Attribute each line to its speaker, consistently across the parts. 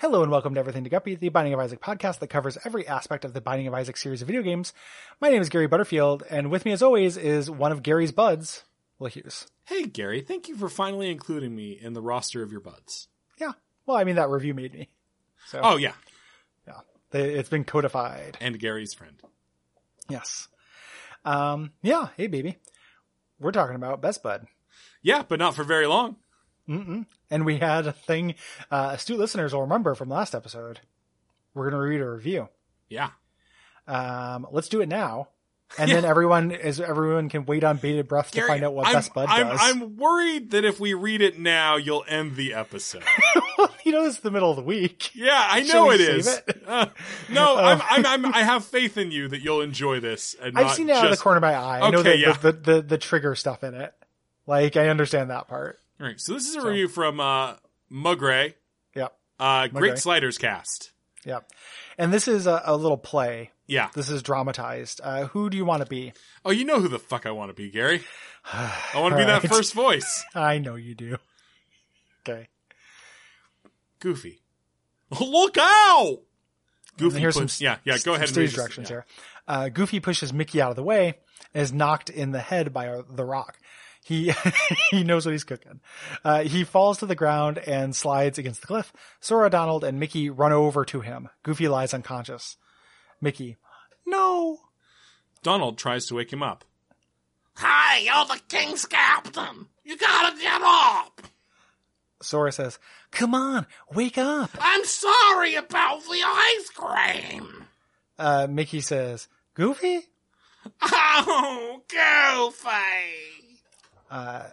Speaker 1: Hello and welcome to Everything to Guppy, the Binding of Isaac podcast that covers every aspect of the Binding of Isaac series of video games. My name is Gary Butterfield, and with me as always is one of Gary's buds, Will Hughes.
Speaker 2: Hey, Gary, thank you for finally including me in the roster of your buds.
Speaker 1: Yeah. Well, I mean, that review made me. So
Speaker 2: Oh, yeah.
Speaker 1: they- it's been codified.
Speaker 2: And Gary's friend.
Speaker 1: Yes. Um, yeah. Hey, baby. We're talking about Best Bud.
Speaker 2: Yeah, but not for very long.
Speaker 1: Mm-mm. And we had a thing, uh, astute listeners will remember from last episode. We're going to read a review.
Speaker 2: Yeah.
Speaker 1: Um, let's do it now. And then everyone is, everyone can wait on bated breath to find out what
Speaker 2: I'm,
Speaker 1: Best Bud
Speaker 2: I'm,
Speaker 1: does.
Speaker 2: I'm worried that if we read it now, you'll end the episode.
Speaker 1: you know, it's the middle of the week.
Speaker 2: yeah, I
Speaker 1: Should
Speaker 2: know
Speaker 1: we
Speaker 2: it
Speaker 1: save
Speaker 2: is.
Speaker 1: it?
Speaker 2: Uh, no,
Speaker 1: Oh.
Speaker 2: I'm, I'm, I'm, I have faith in you that you'll enjoy this. And
Speaker 1: I've
Speaker 2: not
Speaker 1: seen it out of the
Speaker 2: just-
Speaker 1: corner of my eye. I know
Speaker 2: Okay,
Speaker 1: the,
Speaker 2: yeah.
Speaker 1: the, the, the, the trigger stuff in it. Like, I understand that part.
Speaker 2: All right, so this is a
Speaker 1: So.
Speaker 2: review from uh, Mugray,
Speaker 1: Yep.
Speaker 2: uh, Great
Speaker 1: Mugray.
Speaker 2: Sliders Cast.
Speaker 1: Yep. And this is a, a little play.
Speaker 2: Yeah.
Speaker 1: This is dramatized. Uh, who do you want to be?
Speaker 2: Oh, you know who the fuck I want to be, Gary. I want to be that
Speaker 1: Alright.
Speaker 2: first voice.
Speaker 1: I know you do. Okay.
Speaker 2: Goofy. Look out! Goofy.
Speaker 1: here's
Speaker 2: puts-
Speaker 1: some
Speaker 2: yeah, yeah. Go ahead. and
Speaker 1: Stage
Speaker 2: read this.
Speaker 1: directions
Speaker 2: Yeah.
Speaker 1: here. Uh, Goofy pushes Mickey out of the way and is knocked in the head by uh, the rock. He he knows what he's cooking. Uh, he falls to the ground and slides against the cliff. Sora, Donald, and Mickey run over to him. Goofy lies unconscious. Mickey, no.
Speaker 2: Donald tries to wake him up. Hi, you're the king's captain. You gotta get up.
Speaker 1: Sora says, "Come on, wake up."
Speaker 2: I'm sorry about the ice cream.
Speaker 1: Uh, Mickey says, "Goofy."
Speaker 2: Oh, Goofy.
Speaker 1: Uh,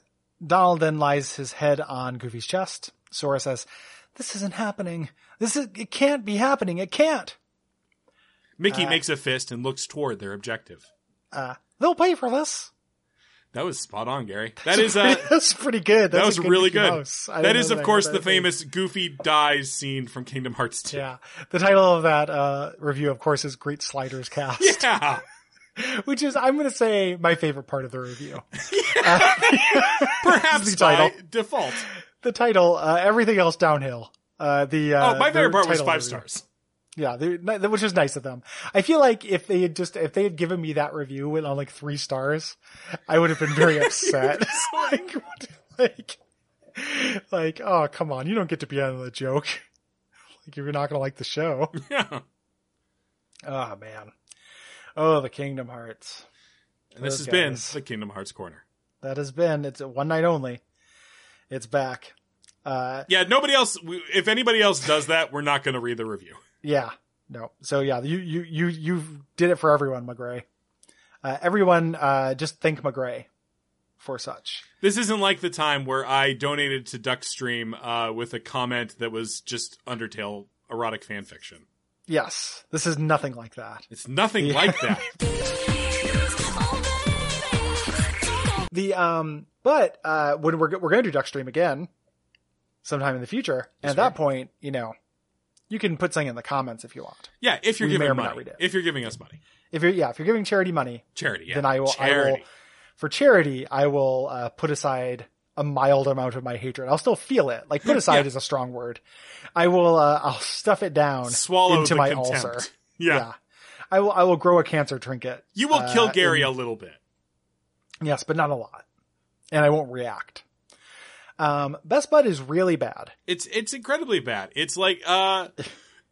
Speaker 1: Donald then lies his head on Goofy's chest. Sora says, "This isn't happening. This is it can't be happening. It can't."
Speaker 2: Mickey
Speaker 1: Uh,
Speaker 2: makes a fist and looks toward their objective.
Speaker 1: uh, they'll pay for this.
Speaker 2: That was spot on, Gary. That is uh,
Speaker 1: that's pretty good. That's
Speaker 2: that was
Speaker 1: a
Speaker 2: really
Speaker 1: Mickey
Speaker 2: good.
Speaker 1: Mouse. I
Speaker 2: that
Speaker 1: didn't
Speaker 2: is,
Speaker 1: know
Speaker 2: of
Speaker 1: I
Speaker 2: course,
Speaker 1: had
Speaker 2: the
Speaker 1: that thing.
Speaker 2: famous Goofy dies scene from Kingdom Hearts 2.
Speaker 1: Yeah, the title of that uh, review, of course, is "Great Sliders Cast,"
Speaker 2: yeah.
Speaker 1: which is, I'm going to say, my favorite part of the review.
Speaker 2: Perhaps
Speaker 1: the
Speaker 2: by
Speaker 1: title.
Speaker 2: default.
Speaker 1: The title, uh, everything else downhill. Uh, the uh,
Speaker 2: oh, my
Speaker 1: their
Speaker 2: favorite part was
Speaker 1: title
Speaker 2: five
Speaker 1: review.
Speaker 2: stars.
Speaker 1: Yeah, they- ni- which is nice of them. I feel like if they had just if they had given me that review with on like three stars, I would have been very upset. like, what- like, like, oh come on, you don't get to be on the joke. Like, if you're not gonna like the show,
Speaker 2: Yeah.
Speaker 1: oh man, oh the Kingdom Hearts.
Speaker 2: And this
Speaker 1: Those
Speaker 2: has been
Speaker 1: guys.
Speaker 2: the Kingdom Hearts Corner.
Speaker 1: That has been it's a one night only. It's back. Uh,
Speaker 2: Yeah, nobody else. we- If anybody else does that, we're not going to read the review.
Speaker 1: Yeah. No. So yeah, you you you you did it for everyone, McGray. Uh, everyone, uh, just thank McGray for such.
Speaker 2: This isn't like the time where I donated to Duckstream uh, with a comment that was just Undertale erotic fan fiction.
Speaker 1: Yes, this is nothing like that.
Speaker 2: It's nothing like that.
Speaker 1: The um, but uh, when we're we're gonna do Duckstream again, sometime in the future. And
Speaker 2: Yes,
Speaker 1: at that point, you know, you can put something in the comments if you want.
Speaker 2: Yeah, if you're
Speaker 1: We may
Speaker 2: giving
Speaker 1: or may not
Speaker 2: money,
Speaker 1: read it.
Speaker 2: if you're giving us money,
Speaker 1: If you're yeah, if you're giving charity money
Speaker 2: charity. Yeah.
Speaker 1: Then I will- I will-
Speaker 2: Charity.
Speaker 1: for charity, I will uh, put aside a mild amount of my hatred. I'll still feel it. Like put aside
Speaker 2: Yeah.
Speaker 1: is a strong word. I will. Uh, I'll stuff it down.
Speaker 2: swallow
Speaker 1: into
Speaker 2: the
Speaker 1: my
Speaker 2: contempt.
Speaker 1: ulcer.
Speaker 2: Yeah.
Speaker 1: I will I will grow a cancer trinket.
Speaker 2: you will kill
Speaker 1: Uh,
Speaker 2: Gary a little bit.
Speaker 1: Yes, but not a lot. And I won't react. Um Best Bud is really bad.
Speaker 2: It's it's incredibly bad. It's like uh,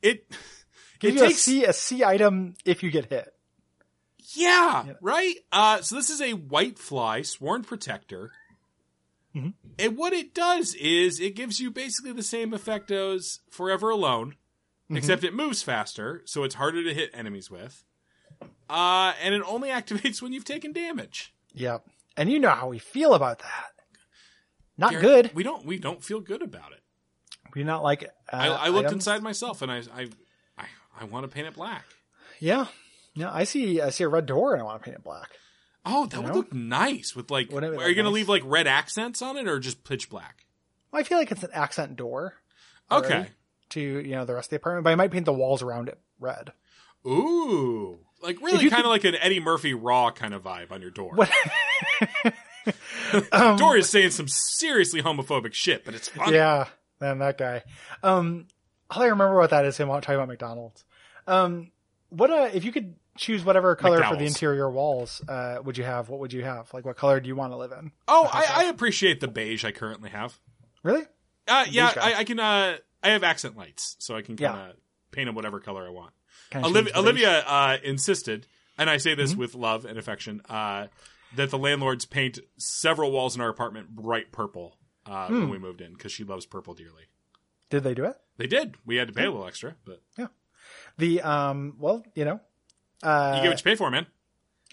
Speaker 2: it
Speaker 1: Give
Speaker 2: it
Speaker 1: you
Speaker 2: takes
Speaker 1: a C a C item if you get hit.
Speaker 2: Yeah,
Speaker 1: Yeah.
Speaker 2: right. Uh, so this is a white fly, sworn protector, Mm-hmm.
Speaker 1: Mhm.
Speaker 2: and what it does is it gives you basically the same effect as Forever Alone,
Speaker 1: Mhm.
Speaker 2: except it moves faster, so it's harder to hit enemies with. Uh, and it only activates when you've taken damage.
Speaker 1: Yep. And you know how we feel about that. Not
Speaker 2: Garrett,
Speaker 1: good.
Speaker 2: We don't. We don't feel good about it.
Speaker 1: We not like uh,
Speaker 2: I, I looked
Speaker 1: items.
Speaker 2: inside myself, and I, I, I, I want to paint it black.
Speaker 1: Yeah. Yeah, I see I see a red door and I want to paint it black.
Speaker 2: Oh, that
Speaker 1: You
Speaker 2: would
Speaker 1: know?
Speaker 2: look nice with like.
Speaker 1: Wouldn't it
Speaker 2: are
Speaker 1: look
Speaker 2: you going to
Speaker 1: nice?
Speaker 2: leave like red accents on it, or just pitch black?
Speaker 1: I feel like it's an accent door. already
Speaker 2: Okay.
Speaker 1: To, you know, the rest of the apartment, but I might paint the walls around it red.
Speaker 2: Ooh. Like
Speaker 1: If
Speaker 2: really
Speaker 1: you
Speaker 2: kind of like an Eddie Murphy raw kind of vibe on your door.
Speaker 1: What um,
Speaker 2: Door is saying some seriously homophobic shit, but it's fun.
Speaker 1: yeah, man, that guy. Um, all I remember about that is him talking about McDonald's. Um, what uh, if you could choose whatever color for the
Speaker 2: McDowell's.
Speaker 1: interior walls? Uh, would you have? What would you have? Like, what color do you want to live in?
Speaker 2: Oh, I, I appreciate the beige I currently have.
Speaker 1: Really?
Speaker 2: Uh, yeah,
Speaker 1: Beige guy.
Speaker 2: I, I can. Uh, I have accent lights, so I can
Speaker 1: Yeah.
Speaker 2: kind of paint them whatever color I want.
Speaker 1: Kinda
Speaker 2: Olivia,
Speaker 1: change the Mm-hmm. base.
Speaker 2: Olivia uh, insisted, and I say this with love and affection, uh, that the landlords paint several walls in our apartment bright purple uh, when
Speaker 1: Hmm.
Speaker 2: we moved in because she loves purple dearly.
Speaker 1: Did they do it?
Speaker 2: They did. We had to pay
Speaker 1: Hmm.
Speaker 2: a little extra, but
Speaker 1: The um, well, you know,
Speaker 2: you
Speaker 1: uh,
Speaker 2: get what you pay for, man.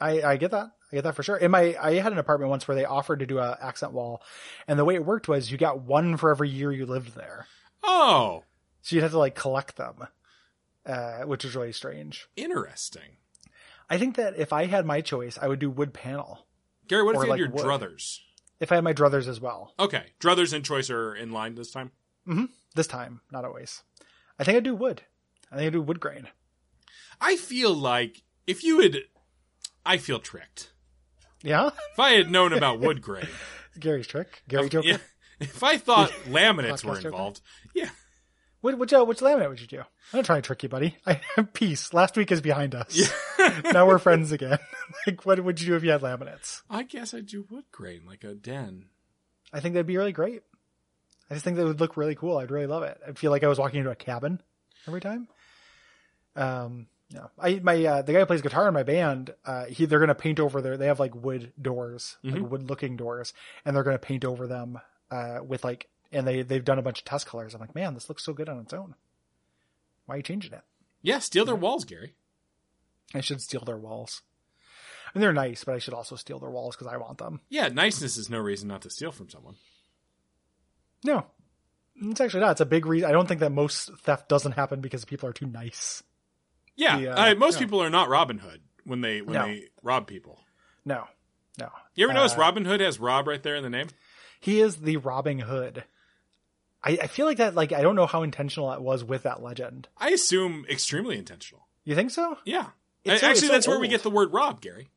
Speaker 1: I, I get that. I get that for sure. In my, I had an apartment once where they offered to do a accent wall, and the way it worked was you got one for every year you lived there,
Speaker 2: Oh,
Speaker 1: so you'd have to like collect them, uh, which was really strange.
Speaker 2: interesting.
Speaker 1: I think that if I had my choice, I would do wood panel.
Speaker 2: Gary, what
Speaker 1: Or
Speaker 2: if you
Speaker 1: like
Speaker 2: had your
Speaker 1: wood.
Speaker 2: druthers?
Speaker 1: If I had my druthers as well,
Speaker 2: Okay, druthers and choice are in line this time.
Speaker 1: this time, not always. I think I'd do wood. I think I'd do wood grain.
Speaker 2: I feel like if you had, I feel tricked.
Speaker 1: Yeah,
Speaker 2: If I had known about wood grain,
Speaker 1: Gary's trick. Gary Joker.
Speaker 2: yeah, if I thought laminates were
Speaker 1: Podcast Joker.
Speaker 2: involved,
Speaker 1: Which which, uh, which laminate would you do? I'm not trying to trick you, buddy. I, peace. Last week is behind us. now we're friends again. like, what would you do if you had laminates?
Speaker 2: I guess I'd do wood grain, like a den.
Speaker 1: I think that'd be really great. I just think that would look really cool. I'd really love it. I'd feel like I was walking into a cabin every time. Um, no, I my uh, the guy who plays guitar in my band. Uh, he they're gonna paint over their. They have like wood doors,
Speaker 2: Mhm.
Speaker 1: like wood looking doors, and they're gonna paint over them uh, with like. And they they've done a bunch of test colors. I'm like, man, this looks so good on its own. Why are you changing it?
Speaker 2: Yeah, steal their walls, Gary.
Speaker 1: I should steal their walls. I mean, they're nice, but I should also steal their walls because I want them.
Speaker 2: Yeah, niceness is no reason not to steal from someone.
Speaker 1: No, it's actually not. It's a big reason. I don't think that most theft doesn't happen because people are too nice.
Speaker 2: Yeah,
Speaker 1: Yeah,
Speaker 2: uh, most
Speaker 1: yeah.
Speaker 2: people are not Robin Hood when they when
Speaker 1: No.
Speaker 2: they rob people.
Speaker 1: No, no.
Speaker 2: You ever notice
Speaker 1: Uh,
Speaker 2: Robin Hood has Rob right there in the name?
Speaker 1: He is the Robin Hood. I, I feel like that. Like I don't know how intentional that was with that legend.
Speaker 2: I assume extremely intentional.
Speaker 1: You think so?
Speaker 2: Yeah,
Speaker 1: It's so-
Speaker 2: actually,
Speaker 1: it's so
Speaker 2: that's where we
Speaker 1: old.
Speaker 2: get the word rob, Gary.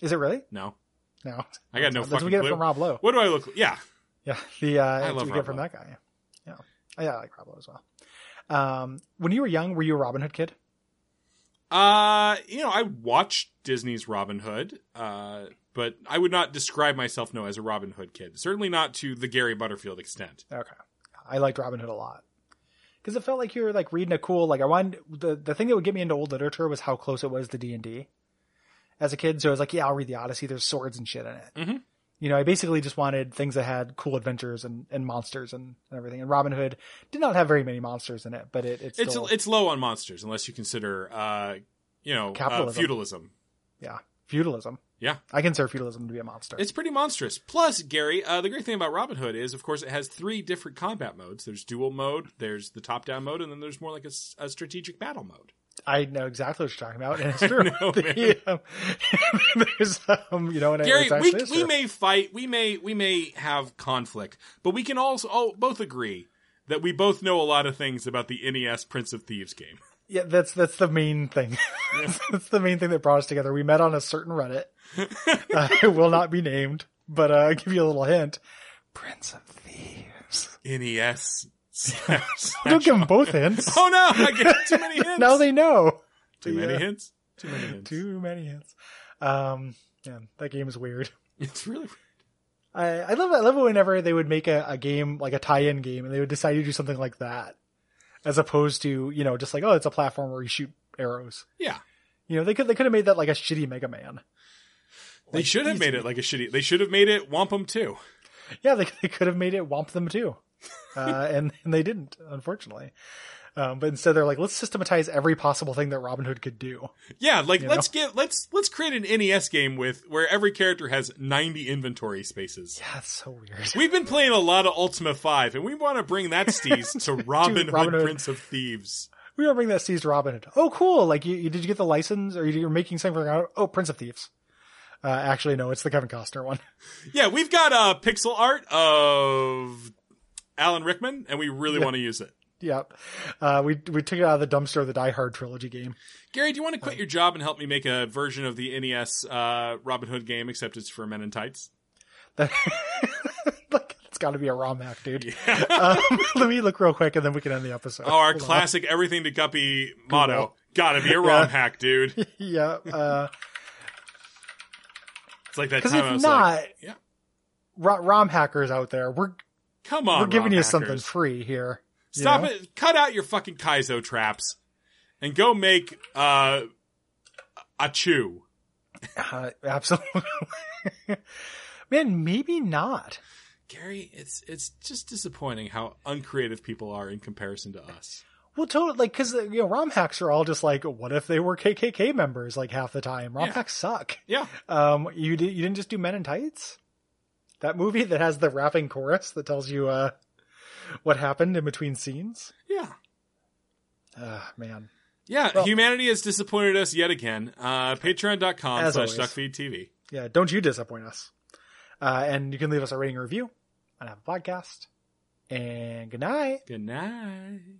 Speaker 1: Is it really?
Speaker 2: No,
Speaker 1: No,
Speaker 2: I got no
Speaker 1: That's what
Speaker 2: fucking
Speaker 1: we get it
Speaker 2: clue.
Speaker 1: from Rob Lowe.
Speaker 2: What do I look? Yeah,
Speaker 1: Yeah, the uh, that's
Speaker 2: love
Speaker 1: what we
Speaker 2: Rob
Speaker 1: get from
Speaker 2: Lowe.
Speaker 1: that guy. Yeah, yeah, I like Rob Lowe as well. Um, when you were young, were you a Robin Hood kid?
Speaker 2: uh, you know, I watched Disney's Robin Hood, uh, but I would not describe myself no as a Robin Hood kid. Certainly not to the Gary Butterfield extent.
Speaker 1: Okay. I liked Robin Hood a lot. Cuz it felt like you were like reading a cool like I wanted the the thing that would get me into old literature was how close it was to D&D. As a kid, so I was like, yeah, I'll read the Odyssey. There's swords and shit in it.
Speaker 2: Mhm.
Speaker 1: You know, I basically just wanted things that had cool adventures and, and monsters and, and everything. And Robin Hood did not have very many monsters in it, but it, it's
Speaker 2: It's
Speaker 1: still
Speaker 2: it's low on monsters unless you consider, uh, you know, uh,
Speaker 1: Capitalism.
Speaker 2: feudalism.
Speaker 1: feudalism.
Speaker 2: Yeah.
Speaker 1: I consider feudalism to be a monster.
Speaker 2: It's pretty monstrous. Plus, Gary, uh, the great thing about Robin Hood is, of course, it has three different combat modes. There's dual mode, there's the top-down mode, and then there's more like a, s- a strategic battle mode.
Speaker 1: I know exactly what you're talking about, and it's true.
Speaker 2: know,
Speaker 1: The, um, there's, um, you know, and
Speaker 2: Gary,
Speaker 1: it's
Speaker 2: we,
Speaker 1: actually is
Speaker 2: we
Speaker 1: true.
Speaker 2: may fight, we may we may have conflict, but we can also oh, both agree that we both know a lot of things about the NES Prince of Thieves game.
Speaker 1: Yeah, that's that's the main thing. that's the main thing that brought us together. We met on a certain Reddit. uh, it will not be named, but uh, I'll give you a little hint. Prince of Thieves.
Speaker 2: E NES. slash-
Speaker 1: Don't
Speaker 2: slash-
Speaker 1: give them both hints.
Speaker 2: oh no! I get too many hints.
Speaker 1: now they know.
Speaker 2: too many
Speaker 1: Yeah.
Speaker 2: hints. Too many hints.
Speaker 1: Too many hints. Um, yeah, that game is weird.
Speaker 2: It's really
Speaker 1: I, I love I love it whenever they would make a, a game like a tie-in game and they would decide to do something like that, as opposed to you know just like oh it's a platform where you shoot arrows.
Speaker 2: yeah.
Speaker 1: You know they could they could have made that like a shitty Mega Man.
Speaker 2: They should have made it like a shitty. They should have made it Wampum too.
Speaker 1: yeah, they, they could have made it Womp Them too. Uh, and, and they didn't, unfortunately. Um, but instead they're like, let's systematize every possible thing that Robin Hood could do.
Speaker 2: Yeah, like
Speaker 1: You
Speaker 2: let's get let's let's create an NES game with where every character has 90 inventory spaces.
Speaker 1: Yeah, it's so weird.
Speaker 2: We've been playing a lot of Ultima 5 and we want to bring that steez to Robin, Hood,
Speaker 1: Robin Hood.
Speaker 2: Prince of Thieves.
Speaker 1: We don't bring that seized Robin Hood. Oh, cool. Like, you, you did you get the license or you- you're making something out? Oh, Prince of Thieves. Uh, actually, no, it's the Kevin Costner one.
Speaker 2: Yeah, we've got uh pixel art of Alan Rickman and we really want to use it.
Speaker 1: yep. Uh, we, we took it out of the dumpster of the Die Hard trilogy game.
Speaker 2: Gary, do you want to
Speaker 1: Um,
Speaker 2: quit your job and help me make a version of the E NES uh, Robin Hood game except it's for men in tights?
Speaker 1: That, like, it's got to be a ROM hack, dude. um, let me look real quick, and then we can end the episode.
Speaker 2: Oh, our
Speaker 1: Hold on.
Speaker 2: classic everything to guppy motto. Gotta be a ROM hack, dude.
Speaker 1: Yeah, because
Speaker 2: It's like that time I
Speaker 1: if
Speaker 2: was
Speaker 1: not,
Speaker 2: like, yeah.
Speaker 1: ro- ROM hackers out there, we're
Speaker 2: come on.
Speaker 1: we're giving
Speaker 2: Oh, ROM
Speaker 1: you
Speaker 2: hackers.
Speaker 1: something free here. you
Speaker 2: Stop
Speaker 1: know?
Speaker 2: it. Cut out your fucking Kaizo traps and go make uh, a chew.
Speaker 1: Uh, absolutely. Man, maybe not.
Speaker 2: Gary, it's it's just disappointing how uncreative people are in comparison to us.
Speaker 1: Well, totally. Like, because you know, ROM hacks are all just like, what if they were KKK members? Like half the time, ROM
Speaker 2: Yeah.
Speaker 1: hacks suck.
Speaker 2: Yeah.
Speaker 1: Um, you did, you didn't just do Men in Tights, that movie that has the rapping chorus that tells you uh what happened in between scenes.
Speaker 2: Yeah.
Speaker 1: Ah, man.
Speaker 2: Yeah,
Speaker 1: Well-
Speaker 2: humanity has disappointed us yet again. Uh, Patreon.com
Speaker 1: As
Speaker 2: slash
Speaker 1: always.
Speaker 2: DuckFeedTV.
Speaker 1: Yeah, don't you disappoint us. Uh, and you can leave us a rating and review on Apple Podcast. And good night.
Speaker 2: Good night.